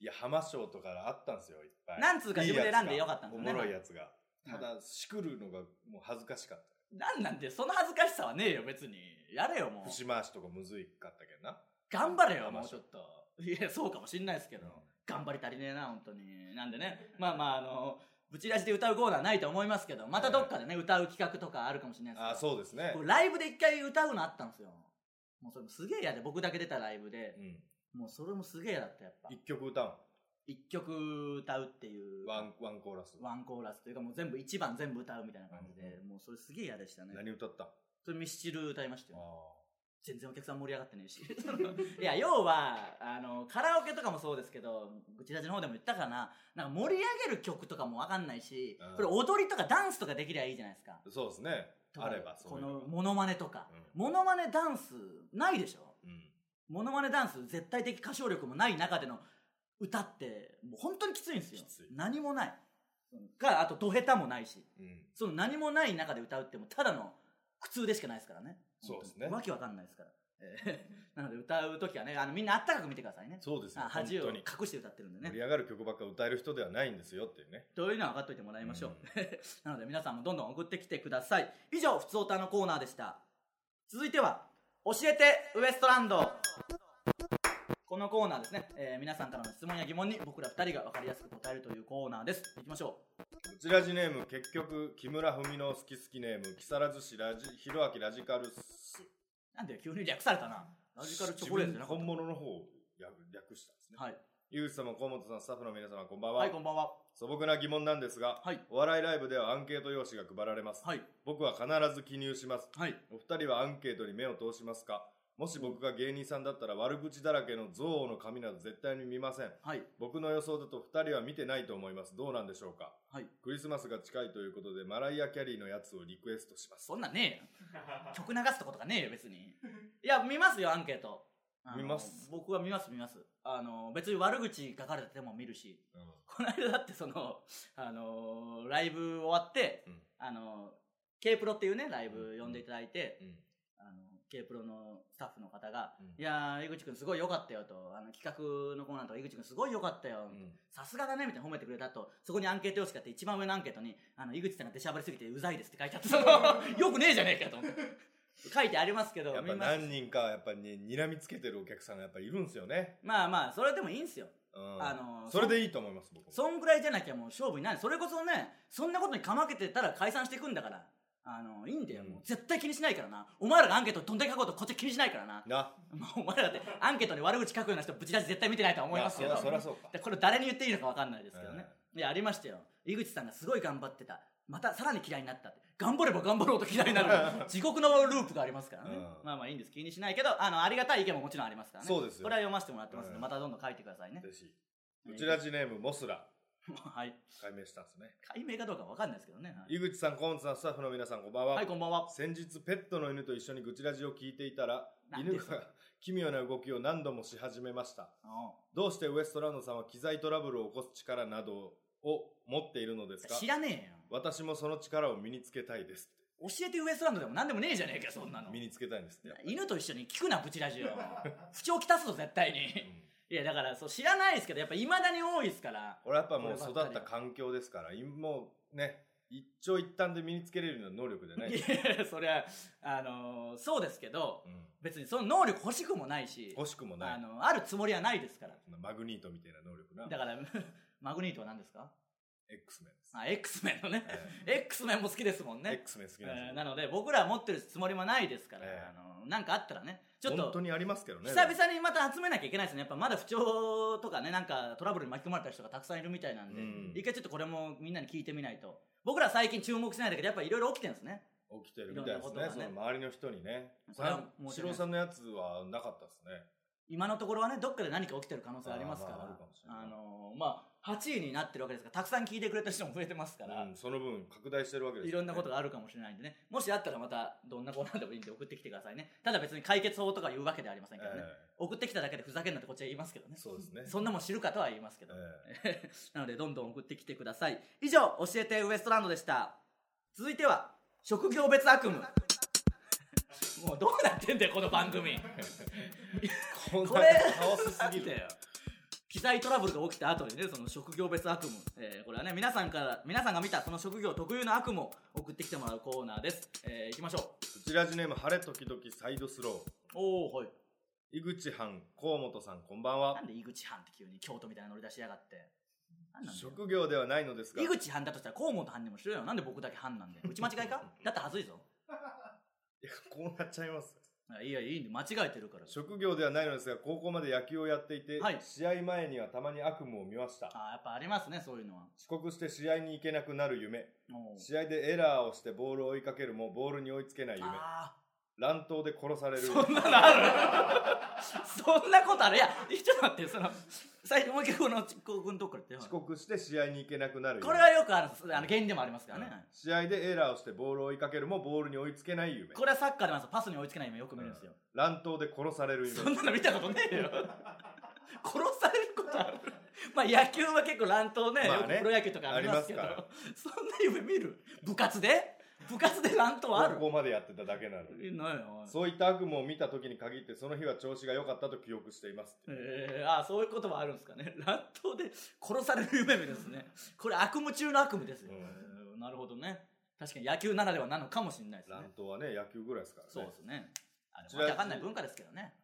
Speaker 2: いや浜賞とかあったんですよいっぱい
Speaker 1: なんつうか自分で選んで
Speaker 2: いいやつが
Speaker 1: よかったんですよね
Speaker 2: おもろいやつが
Speaker 1: うん
Speaker 2: ただしくるのがもう恥ずかしかっ
Speaker 1: なんなんでその恥ずかしさはねえよ別にやれよも
Speaker 2: た
Speaker 1: う
Speaker 2: 節回しとかむずいかったけどな
Speaker 1: 頑張れよ
Speaker 2: まあ
Speaker 1: もうちょっといやそうかもしんないですけど、頑張り足りねえな本当になんでねまあまああのぶち出しで歌うコーナーないと思いますけどまたどっかでね歌う企画とかあるかもしれないですけど
Speaker 2: あそうですね
Speaker 1: *laughs* これライブで一回歌うのあったんですよ。もうそれもすげえ嫌で、僕だけ出たライブで
Speaker 2: う、ん
Speaker 1: もうそれもすげえ嫌だった、やっぱ。
Speaker 2: 一曲歌う
Speaker 1: 一曲歌うっていう、
Speaker 2: んワンワンコーラス
Speaker 1: ワンコーラスというかもう全部、一番全部歌うみたいな感じで、もうそれすげえ嫌でしたね。
Speaker 2: 何歌ったあ
Speaker 1: それミスチル歌いましたよ。
Speaker 2: あ
Speaker 1: 全然お客さん盛り上がってねえし。 *laughs* いや、要は、あの、カラオケとかもそうですけど、うちたちの方でも言ったかな、なんか盛り上げる曲とかもわかんないし
Speaker 2: うん、
Speaker 1: これ踊りとかダンスとかできりゃいいじゃないですか。
Speaker 2: そうですね
Speaker 1: とか
Speaker 2: あればそう
Speaker 1: こ
Speaker 2: いう
Speaker 1: の
Speaker 2: の
Speaker 1: モノマネとか。
Speaker 2: う
Speaker 1: モノマネダンス、ないでしょ
Speaker 2: んうん
Speaker 1: モノマネダンス絶対的歌唱力もない中での歌ってもう本当にきついんですよ
Speaker 2: きつい
Speaker 1: 何もないがあとド下手もないし
Speaker 2: うん
Speaker 1: その何もない中で歌うってもうただの苦痛でしかないですからね
Speaker 2: そうです
Speaker 1: 本
Speaker 2: ね
Speaker 1: 当にわけわかんないですから、えーなので歌う時はねあのみんなあったかく見てくださいね
Speaker 2: そうですよ
Speaker 1: あ
Speaker 2: 本
Speaker 1: 恥を
Speaker 2: 当
Speaker 1: 隠
Speaker 2: に
Speaker 1: して歌ってるんで
Speaker 2: 盛
Speaker 1: ね
Speaker 2: り上がる曲ばっか歌える人ではないんですよっていうね
Speaker 1: というのは分かっといてもらいましょう、
Speaker 2: う
Speaker 1: なので皆さんもどんどん送ってきてください以上「ふつおた」のコーナーでした続いては「教えてウエストランド」このコーナーですね、えー皆さんからの質問や疑問に僕ら2人が分かりやすく答えるというコーナーですいきましょ
Speaker 2: うちラジネーム結局木村文乃好き好きネーム木更津市ラジひろあきラジカルス
Speaker 1: うなんで急に略されたなラジカルチョコレートじゃなかっ
Speaker 2: 自分本物の方を略略したんですね
Speaker 1: たはい
Speaker 2: 井口様、河本さん、スタッフの皆様、こんばんは。
Speaker 1: はい、こんばんは。
Speaker 2: 素朴な疑問なんですが、
Speaker 1: はい。
Speaker 2: お笑いライブではアンケート用紙が配られます。
Speaker 1: はい。
Speaker 2: 僕は必ず記入します。
Speaker 1: はい。
Speaker 2: お二人はアンケートに目を通しますかもし僕が芸人さんだったら悪口だらけの憎悪の紙など絶対に見ません。
Speaker 1: はい。
Speaker 2: 僕の予想だと二人は見てないと思います。どうなんでしょうか
Speaker 1: はい。
Speaker 2: クリスマスが近いということで、マライア・キャリーのやつをリクエストします。
Speaker 1: そんなん
Speaker 2: *laughs*
Speaker 1: ねえよ。曲流すとことかねえよ、別に。いや、見ますよ、アンケート。あの
Speaker 2: 見ます
Speaker 1: 僕は見ます、見ます。あの、別に悪口書かれてても見るし、 *laughs* この間だってその、あのライブ終わって、
Speaker 2: うん
Speaker 1: あの K プロっていうね、ライブ呼んでいただいて、
Speaker 2: うん
Speaker 1: あの K プロのスタッフの方が、
Speaker 2: うん
Speaker 1: いやー、井口くんすごい良かったよと、あの企画のコーナーとか井口くんすごい良かったよ、
Speaker 2: うん
Speaker 1: さすがだねみたいな褒めてくれた後、そこにアンケート用紙があって、一番上のアンケートに、あの、井口さんが出しゃばりすぎてうざいですって書いてあって、そのよくねえじゃねえかと *laughs* 思って。書いてありますけど、
Speaker 2: やっぱ
Speaker 1: 見ます
Speaker 2: 何人か、やっぱりね、睨みつけてるお客さんがやっぱいるんですよね。
Speaker 1: まあまあ、それでもいいんすよ。
Speaker 2: うん
Speaker 1: あのー
Speaker 2: それでいいと思います、僕も
Speaker 1: そんぐらいじゃなきゃもう勝負になるそれこそねそんなことにかまけてたら解散していくんだからあのいいんだよ、
Speaker 2: うん
Speaker 1: もう絶対気にしないからなお前らがアンケートどんだけ書こうとこっちは気にしないからな *laughs*
Speaker 2: な。
Speaker 1: もうお前らだってアンケートに悪口書くような人ぶち出し絶対見てないとは思いますけど、
Speaker 2: あそりゃそうか。
Speaker 1: でこれ誰に言っていいのか分かんないですけどね、
Speaker 2: はい
Speaker 1: やありましたよ井口さんがすごい頑張ってたまたさらに嫌いになったって頑張れば頑張ろうと嫌いにな
Speaker 2: *laughs*
Speaker 1: る地獄のループがありますからね、
Speaker 2: うん
Speaker 1: まあまあいいんです気にしないけどあのありがたい意見ももちろんありますからね
Speaker 2: そうですよ
Speaker 1: これは読ませてもらってますので、
Speaker 2: うん
Speaker 1: またどんどん書いてくださいね
Speaker 2: ぜひ。うちらじネーム、モスラ、
Speaker 1: *laughs* はい
Speaker 2: 解明したんですね。
Speaker 1: 解明かどうか分かんないですけどね、はい
Speaker 2: 井口さん、河本さん、スタッフの皆さん、こんばんは。
Speaker 1: はい、こんばんは。
Speaker 2: 先日、ペットの犬と一緒にぐちラジを聞いていたら、
Speaker 1: なんで
Speaker 2: 犬が奇妙な動きを何度もし始めました。どうしてウエストランドさんは機材トラブルを起こす力などを持っているのですか
Speaker 1: 知らねえ
Speaker 2: 私もその力を身につけたいです。
Speaker 1: よ。教えてウエストランドでも何でもねえじゃねえか、そんなの
Speaker 2: 身。につけたいんですって。
Speaker 1: 犬と一緒に聞くな、ブチラ
Speaker 2: *laughs*
Speaker 1: ジオ。不調きたすぞ、絶対
Speaker 2: う
Speaker 1: に。
Speaker 2: ん
Speaker 1: いや、だから、そう、知らないですけど、やっぱ未だに多いですから。
Speaker 2: 俺はやっぱもう
Speaker 1: これ
Speaker 2: 育
Speaker 1: ばっかり
Speaker 2: った環境ですから、いもうね、一長一短で身につけれるような能力じゃない
Speaker 1: いや、それは、あのーそうですけど、
Speaker 2: うん
Speaker 1: 別にその能力欲しくもないし、
Speaker 2: 欲しくもな
Speaker 1: あ
Speaker 2: い。
Speaker 1: の、あるつもりはないですから。
Speaker 2: マグニートみたいな能力な。
Speaker 1: だから、 *laughs* マグニートは何ですか
Speaker 2: X メンです。
Speaker 1: あ、X メンのね。
Speaker 2: え
Speaker 1: X メンも好きですもん
Speaker 2: ー
Speaker 1: ね。
Speaker 2: X メン好きなんです
Speaker 1: え
Speaker 2: よ
Speaker 1: ーなので、僕らは持ってるつもりもないですから、
Speaker 2: ええ
Speaker 1: あのーなんかあったらね、ちょっ
Speaker 2: 本
Speaker 1: と
Speaker 2: 当、にありますけどね。
Speaker 1: 久々にまた集めなきゃいけないですねやっぱまだ不調とかねなんかトラブルに巻き込まれた人がたくさんいるみたいなんで、
Speaker 2: うん
Speaker 1: 一回ちょっとこれもみんなに聞いてみないと僕ら最近注目してないだけどやっぱいろいろ起きてるんですね
Speaker 2: 起きてるみたいです
Speaker 1: いろんな
Speaker 2: ね。
Speaker 1: こと
Speaker 2: そ
Speaker 1: がね
Speaker 2: の周りの人にね。
Speaker 1: これは
Speaker 2: さん
Speaker 1: 申し訳
Speaker 2: 四
Speaker 1: ない
Speaker 2: 郎さんのやつはなかったですね。
Speaker 1: 今のところはねどっかで何か起きてる可能性ありますから
Speaker 2: あーまあある
Speaker 1: あ
Speaker 2: かもしれない
Speaker 1: のーまあ8位になってるわけですからたくさん聞いてくれた人も増えてますから、
Speaker 2: うん、その分拡大してるわけです
Speaker 1: い
Speaker 2: よ
Speaker 1: ろ
Speaker 2: ね
Speaker 1: んなことがあるかもしれないんでねもしあったらまたどんなコーナーでもいいんで送ってきてくださいねただ別に解決法とか言うわけではありませんからね、
Speaker 2: え
Speaker 1: 送ってきただけでふざけんなってこっちは言いますけどね
Speaker 2: えそうですね。
Speaker 1: そんなもん知るかとは言いますけど、
Speaker 2: ええ
Speaker 1: なのでどんどん送ってきてください以上教えてウエストランドでした続いては職業別悪夢 *laughs* もうどうなってんだよこの番組
Speaker 2: こんな
Speaker 1: これ
Speaker 2: カオスすぎ
Speaker 1: だ
Speaker 2: る。
Speaker 1: よ機材トラブルが起きた後にねその職業別悪夢、えーこれはね皆さんから皆さんが見たその職業特有の悪夢を送ってきてもらうコーナーです、えー、いきましょ
Speaker 2: うちラジネーム、晴れ時々サイドスロ
Speaker 1: うおおはい
Speaker 2: ー。井口藩、河本さん、こんばんは
Speaker 1: なん。で井口藩って急に京都みたいな乗り出しやがってなんなんだよ
Speaker 2: 職業ではないのですが
Speaker 1: 井、口藩だとしたら河本藩にもしろよなんで僕だけ藩なんで打ち間違いかだってはずいぞ
Speaker 2: いやこうなっちゃいます。
Speaker 1: いやいやいいんで間違えてるから
Speaker 2: 職業ではないのですが、高校まで野球をやっていて、
Speaker 1: はい
Speaker 2: 試合前にはたまに悪夢を見ました。
Speaker 1: あーやっぱありますねそういうのは
Speaker 2: 遅刻して試合に行けなくなる夢。
Speaker 1: お
Speaker 2: 試合でエラーをしてボールを追いかけるもボールに追いつけない夢。
Speaker 1: あ
Speaker 2: 乱闘で殺される
Speaker 1: ー
Speaker 2: 夢。
Speaker 1: そんなのある *laughs* そんなことあるいやちょっと待ってその最初もう一回この遅刻のとこから言って
Speaker 2: 遅
Speaker 1: よ
Speaker 2: 刻して試合に行けなくなる夢。
Speaker 1: これはよくあるあの原因でもありますからね、
Speaker 2: 試合でエラーをしてボールを追いかけるもボールに追いつけない夢。
Speaker 1: これはサッカーでもありますパスに追いつけない夢よく見るんですよ、
Speaker 2: 乱闘で殺される
Speaker 1: そん
Speaker 2: 夢。
Speaker 1: なの見たことねえよ *laughs* 殺されることあるまあ野球は結構乱闘ね,、
Speaker 2: まあね
Speaker 1: よくプロ野球とかありますけど
Speaker 2: ありますか
Speaker 1: そんな夢見る部活で部活で乱闘ある
Speaker 2: 高校までやってただけなのに。
Speaker 1: いいのよおい
Speaker 2: そういった悪夢を見た時に限ってその日は調子が良かったと記憶しています。
Speaker 1: えー、あーそういうこともあるんですかね *laughs* 乱闘で殺される夢見ですねこれ悪夢中の悪夢ですよ、
Speaker 2: うん
Speaker 1: えーなるほどね確かに野球ならではなのかもしれないですね
Speaker 2: 乱闘はね、野球ぐらいですからね。
Speaker 1: そうですねあ
Speaker 2: ち
Speaker 1: れ
Speaker 2: なみに
Speaker 1: わかんない文化ですけどね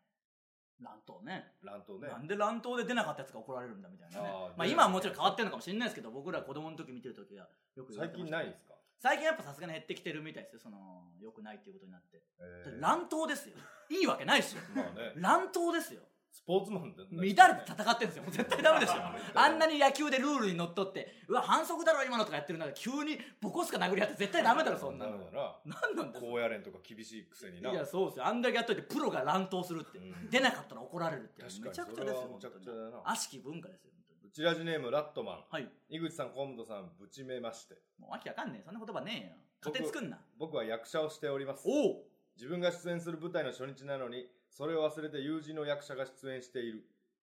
Speaker 1: 乱闘ね
Speaker 2: 乱闘ね。
Speaker 1: なんで乱闘で出なかったやつが怒られるんだみたいなね
Speaker 2: あー
Speaker 1: まあ、今はもちろん変わってるのかもしれないですけど僕ら子供の時見てる時はよく言わ
Speaker 2: 最
Speaker 1: れてまし
Speaker 2: 近
Speaker 1: た
Speaker 2: な
Speaker 1: ね
Speaker 2: いですか、
Speaker 1: 最近やっぱさすがに減ってきてるみたいですよそのよくないっていうことになって、
Speaker 2: えー *laughs*
Speaker 1: 乱闘ですよいいわけないし
Speaker 2: まあね。
Speaker 1: 乱闘ですよ
Speaker 2: スポーツマンだ
Speaker 1: 乱れて戦ってるんですよ。もう絶対ダメですよ。あんなに野球でルールにのっとって、うわ、反則だろ、今のとかやってる中、急にボコスか殴り合って絶対ダメだろ、そんなの。
Speaker 2: な
Speaker 1: なんなんだよ
Speaker 2: 高野連とか厳しいくせにない
Speaker 1: や、そうですよ。あんだけやっといて、プロが乱闘するって。
Speaker 2: うん
Speaker 1: 出なかったら怒られるって。
Speaker 2: 確かに
Speaker 1: めちゃくちゃですよ、
Speaker 2: それは
Speaker 1: 本
Speaker 2: むちゃくちゃ
Speaker 1: 当
Speaker 2: だ
Speaker 1: に
Speaker 2: な
Speaker 1: 悪しき文化ですよ、本当に
Speaker 2: うちラジネームラットマン
Speaker 1: はい。
Speaker 2: 井口さん河本さんぶちめまして
Speaker 1: もうわけわかんねえ。そんな言葉ねえよ。勝
Speaker 2: 僕
Speaker 1: 手に作んな。
Speaker 2: 僕は役者をしております
Speaker 1: おう
Speaker 2: 自分が出演する舞台の初日なのにそれを忘れて友人の役者が出演している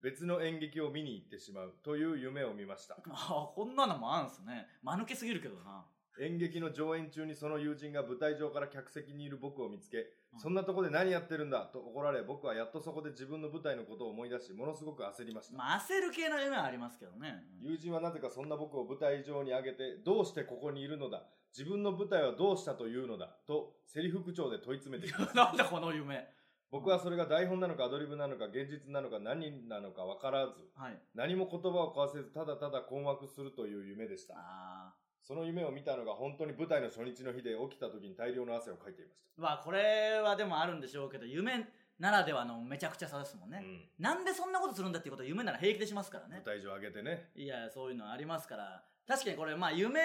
Speaker 2: 別の演劇を見に行ってしまうという夢を見ました
Speaker 1: ああ、こんなのもあんすね。間抜けすぎるけどな。
Speaker 2: 演劇の上演中にその友人が舞台上から客席にいる僕を見つけ、
Speaker 1: うん
Speaker 2: そんなとこで何やってるんだと怒られ僕はやっとそこで自分の舞台のことを思い出しものすごく焦りました、
Speaker 1: まあ、焦る系の夢はありますけどね。うん
Speaker 2: 友人はなぜかそんな僕を舞台上に上げてどうしてここにいるのだ自分の舞台はどうしたというのだとセリフ口調で問い詰めて
Speaker 1: *laughs*
Speaker 2: きます
Speaker 1: なんだこの夢。
Speaker 2: 僕はそれが台本なのかアドリブなのか現実なのか何なのか分からず
Speaker 1: はい。
Speaker 2: 何も言葉を交わせずただただ困惑するという夢でした
Speaker 1: あ
Speaker 2: その夢を見たのが本当に舞台の初日の日で起きた時に大量の汗をかいていまし
Speaker 1: あ。まあ、これはでもあるんでしょうけど、夢ならではのめちゃくちゃさですもん
Speaker 2: た、
Speaker 1: ね
Speaker 2: う。ん
Speaker 1: なんでそんなことするんだっていうことを夢なら平気でしますからね
Speaker 2: 舞。台上上げてね
Speaker 1: いや、そういうのありますから。確かにこれ、まあ、夢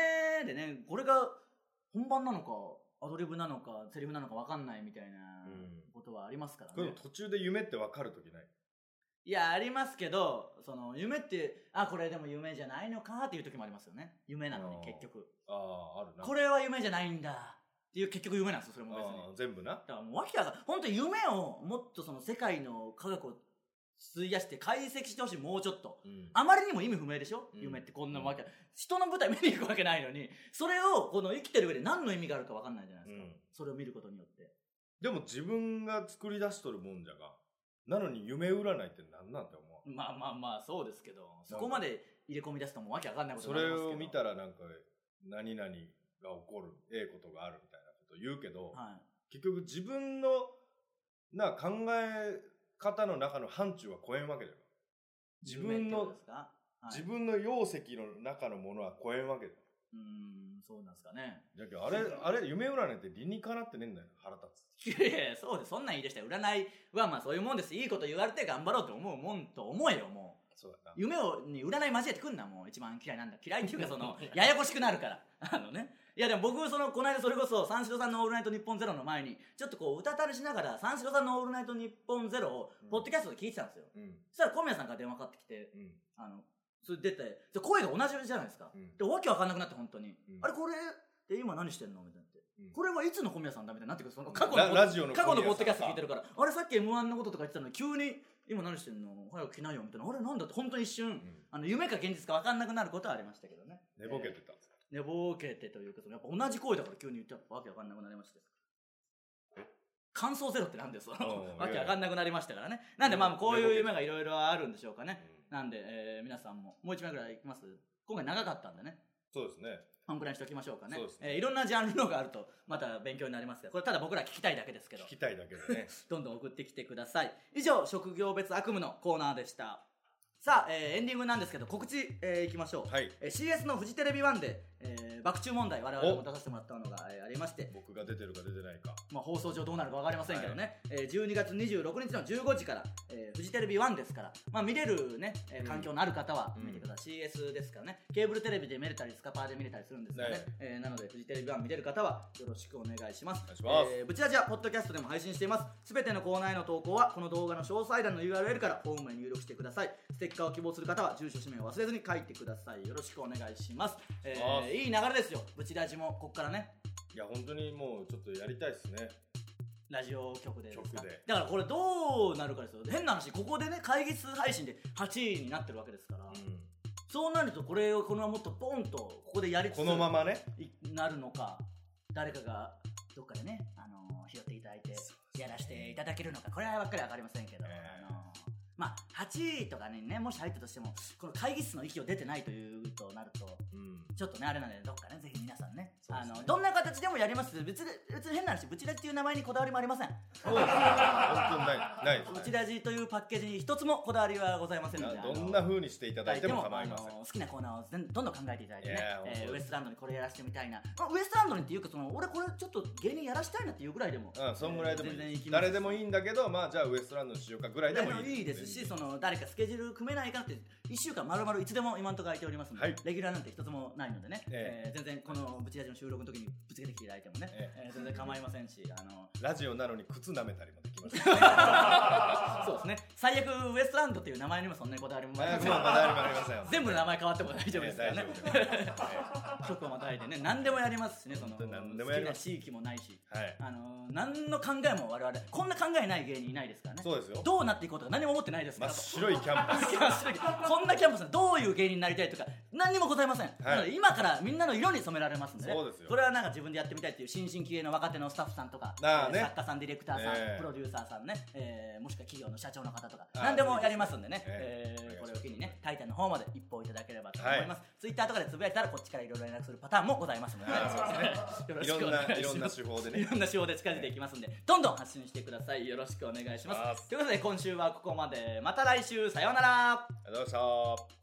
Speaker 1: でね、これが本番なのか、アドリブなのか、セリフなのか分かんないみたいな
Speaker 2: うん
Speaker 1: ことはありますから
Speaker 2: これ
Speaker 1: ね
Speaker 2: も。途中で夢って分かる時ない
Speaker 1: いや、ありますけど、その、夢って、あ、これでも夢じゃないのかっていう時もありますよね。夢なの
Speaker 2: あ
Speaker 1: に、
Speaker 2: ー
Speaker 1: 結局。
Speaker 2: あああるな
Speaker 1: これは夢じゃないんだ。っていう、結局夢なんですよ、それも別に。
Speaker 2: あー全部な
Speaker 1: だからもうわけわかんない。本当に夢をもっとその世界の科学を費やして解析してほしい、もうちょっと。
Speaker 2: うん
Speaker 1: あまりにも意味不明でしょ、
Speaker 2: うん
Speaker 1: 夢ってこんなわけ、人の舞台見に行くわけないのに、それをこの生きてる上で何の意味があるかわかんないじゃないですか。
Speaker 2: うん
Speaker 1: それを見ることによって。
Speaker 2: でも自分が作り出しとるもんじゃがなのに夢占いって何なんて思う
Speaker 1: まあまあまあ、そうですけど、そこまで入れ込み出すともうわけわかんないこと
Speaker 2: そ
Speaker 1: になり
Speaker 2: れ
Speaker 1: ますけど。
Speaker 2: を見たらなんか何々が起こるええことがあるみたいなこと言うけど、
Speaker 1: はい。
Speaker 2: 結局自分のな考え方の中の範疇は超えんわけだよ自分
Speaker 1: 夢ってこと
Speaker 2: の
Speaker 1: ですか、はい、
Speaker 2: 自分の容積の中のものは超えんわけだよ
Speaker 1: うーん、そうなんですかね。
Speaker 2: だけどあれあれ夢占いって理にかなってねえんだよ腹立つ
Speaker 1: いやいや、そうです。そんなんいいでしたよ。占いはまあそういうもんです。いいこと言われて頑張ろうと思うもんと思えよ、もう。
Speaker 2: そうだな
Speaker 1: 夢をに占い交えてくんなもう一番嫌いなんだ嫌いっていうかそ
Speaker 2: *laughs*
Speaker 1: のややこしくなるからあのねいやでも僕そのこの間それこそ三四郎さんの「オールナイトニッポンゼロの前にちょっとこううたたれしながら三四郎さんの「オールナイトニッポンゼロを
Speaker 2: うん
Speaker 1: ポッドキャストで聞いてたんですよ、
Speaker 2: うん
Speaker 1: そしたら小宮さんから電話かかってきて
Speaker 2: うん
Speaker 1: あのそれ出てで声が同じじゃないですか、
Speaker 2: うん
Speaker 1: でわけわかんなくなって本当に、
Speaker 2: うん
Speaker 1: あれこれで今何してんのみたいになって、
Speaker 2: うん
Speaker 1: これはいつの小宮さんだみたいになってくるその過去の
Speaker 2: ララジオの
Speaker 1: 過去のポッド
Speaker 2: 小
Speaker 1: キャ
Speaker 2: 宮
Speaker 1: ス
Speaker 2: さ
Speaker 1: ト
Speaker 2: ん
Speaker 1: 聞いてるから、あれさっき M1 のこととか言ってたのに、急に、今何してんの早く来ないよみたいな、あれなんだって、本当に一瞬、
Speaker 2: うん
Speaker 1: あの、夢か現実か分かんなくなることはありましたけどね。
Speaker 2: 寝ぼけてた、
Speaker 1: 寝ぼけてというか、そのやっぱ同じ声だから急に言っちゃったわけわかんなくなりましたよ感想ゼロってなんですよ。
Speaker 2: う
Speaker 1: *laughs*
Speaker 2: ん
Speaker 1: わけわかんなくなりましたからね。なんでまあ
Speaker 2: うん
Speaker 1: こういう夢がいろいろあるんでしょうかね。
Speaker 2: うん
Speaker 1: なんで、えー皆さんも、もう一枚ぐらいいきます今回長かったんでね。
Speaker 2: そうですね
Speaker 1: こんくらいにしておきましょうかね。
Speaker 2: そうですね
Speaker 1: えーいろんなジャンルのがあると、また勉強になりますけど、これただ僕ら聞きたいだけですけど
Speaker 2: 聞。きたいだけで
Speaker 1: *laughs*
Speaker 2: ね
Speaker 1: どんどん送ってきてください以上職業別悪夢のコーナーでしたさあ、えーエンディングなんですけど告知、えーいきましょう、
Speaker 2: はい
Speaker 1: えー CS のフジテレビ1で、えー、爆中問題我々も出させてもらったのが、えーありまして、
Speaker 2: 僕が出てるか出てないか
Speaker 1: まあ、放送上どうなるか分かりませんけどね、えー12月26日の15時から、えーフジテレビ1ですから、まあ、見れる、ねえー
Speaker 2: うん
Speaker 1: 環境のある方は
Speaker 2: うん
Speaker 1: 見てください、CS ですからねケーブルテレビで見れたりスカパーで見れたりするんですよね
Speaker 2: ね
Speaker 1: えーなのでフジテレビ1見れる方はよろしくお願いします
Speaker 2: お願いします
Speaker 1: えーブチラジはポッドキャストでも配信していますすべてのコーナーへの投稿はこの動画の詳細欄の URL からホームへ入力してくださいステッカーを希望する方は住所氏名を忘れずに書いてくださいよろしくお願いします、えー
Speaker 2: ます
Speaker 1: いい流れですよブチラジもここからね
Speaker 2: いや本当にもうちょっとやりたいですね
Speaker 1: ラジオ局でですか
Speaker 2: 局で
Speaker 1: だからこれどうなるかですよ変な話ここでね会議室配信で8位になってるわけですから、
Speaker 2: うん
Speaker 1: そうなるとこれをこのままもっとポンとここでやりつつ
Speaker 2: このままね
Speaker 1: いなるのか誰かがどっかでね、あのー拾っていただいてやらせていただけるのかこれはばっかり分かりませんけど、
Speaker 2: ええ
Speaker 1: あのーまあ8位とかにねもし入ったとしてもこの会議室の息を出てないというとなると、
Speaker 2: うん。
Speaker 1: ちょっとね、あれなんで、どっかね、ぜひ皆さんね、
Speaker 2: そうで
Speaker 1: あ
Speaker 2: すね
Speaker 1: の、どんな形でもやります。別に、別に変な話、ブチラジっていう名前にこだわりもありません。
Speaker 2: そ
Speaker 1: *laughs*
Speaker 2: うですね。本当にない、ない
Speaker 1: ブ
Speaker 2: です
Speaker 1: チ
Speaker 2: ね。
Speaker 1: ラジというパッケージに一つもこだわりはございませんので、あの
Speaker 2: どんな風にしていただいても構いません
Speaker 1: あ。の好きなコーナーを全どんどん考えていただいてね
Speaker 2: いやー、本
Speaker 1: えー
Speaker 2: 当
Speaker 1: ウエストランドにこれやらせてみたいな、あウエストランドにっていうかその俺これちょっと芸人やらしたいなっていうぐらいでも、
Speaker 2: うん、そんぐらいでもい
Speaker 1: 全然
Speaker 2: い
Speaker 1: 行きます
Speaker 2: 誰でもいいんだけど、まあ、じゃあウエストランドにしようかぐらいでもいい。
Speaker 1: いいですしその誰かスケジュール組めないかって1週間まるまるいつでも今んとこ空いておりますので、
Speaker 2: はい
Speaker 1: レギュラーなんて一つもないのでね、
Speaker 2: え
Speaker 1: えー全然このブチラジの収録の時にぶつけてきていただいても
Speaker 2: *laughs*
Speaker 1: ね、
Speaker 2: え
Speaker 1: えー全然構いませんしあの
Speaker 2: ラジオなのに靴舐めたりもでき *laughs* ましたね。
Speaker 1: そうですね最悪ウエストランドっていう名前にもそんなにこだわりも
Speaker 2: ま
Speaker 1: あり
Speaker 2: あ、
Speaker 1: ません
Speaker 2: まあ、まだありまありませんよ。
Speaker 1: *laughs* 全部の名前変わっても大丈夫
Speaker 2: え
Speaker 1: で
Speaker 2: え
Speaker 1: すから
Speaker 2: 大丈
Speaker 1: ね
Speaker 2: 夫です。
Speaker 1: 曲をまたいでね何でもやりますしねその
Speaker 2: 本当に何でも
Speaker 1: 好
Speaker 2: や
Speaker 1: き
Speaker 2: り
Speaker 1: な
Speaker 2: ます
Speaker 1: 地域もないし
Speaker 2: ええはい。
Speaker 1: あのー何の考えも我々こんな考えない芸人いないですからね
Speaker 2: そうですよ。
Speaker 1: どうなっていこうとか何も思ってないですか
Speaker 2: 真
Speaker 1: ら
Speaker 2: っ白いキャンパス。
Speaker 1: 真っ白いこんなキャンパスでどういう芸人になりたいとか何にもございません、なので今からみんなの色に染められますんで,、ね、
Speaker 2: そうですよ
Speaker 1: これはなんか自分でやってみたいっていう新進気鋭の若手のスタッフさんとか、
Speaker 2: ああ
Speaker 1: えー
Speaker 2: ね
Speaker 1: 作家さんディレクターさん、
Speaker 2: ええ
Speaker 1: プロデューサーさんね、えーもしくは企業の社長の方とか
Speaker 2: ああ
Speaker 1: 何でもやりますんでね、
Speaker 2: ええ
Speaker 1: えー
Speaker 2: お願いし
Speaker 1: こ
Speaker 2: ます
Speaker 1: れを機にね「タイタン」の方まで一報いただければと思います、ツイッターとかでつぶやいたらこっちからいろいろ連絡するパターンもございますので、
Speaker 2: あ
Speaker 1: よろ
Speaker 2: い
Speaker 1: しく
Speaker 2: ろ
Speaker 1: お
Speaker 2: ん
Speaker 1: 願いしま
Speaker 2: な、
Speaker 1: す
Speaker 2: いろんな手法で
Speaker 1: い
Speaker 2: ね。
Speaker 1: ろんな手法で近づいていきますんで、どんどん発信してください。よろしくお願いします。ということで、今週はここまで。また来週、さようなら。
Speaker 2: ありがとうございました。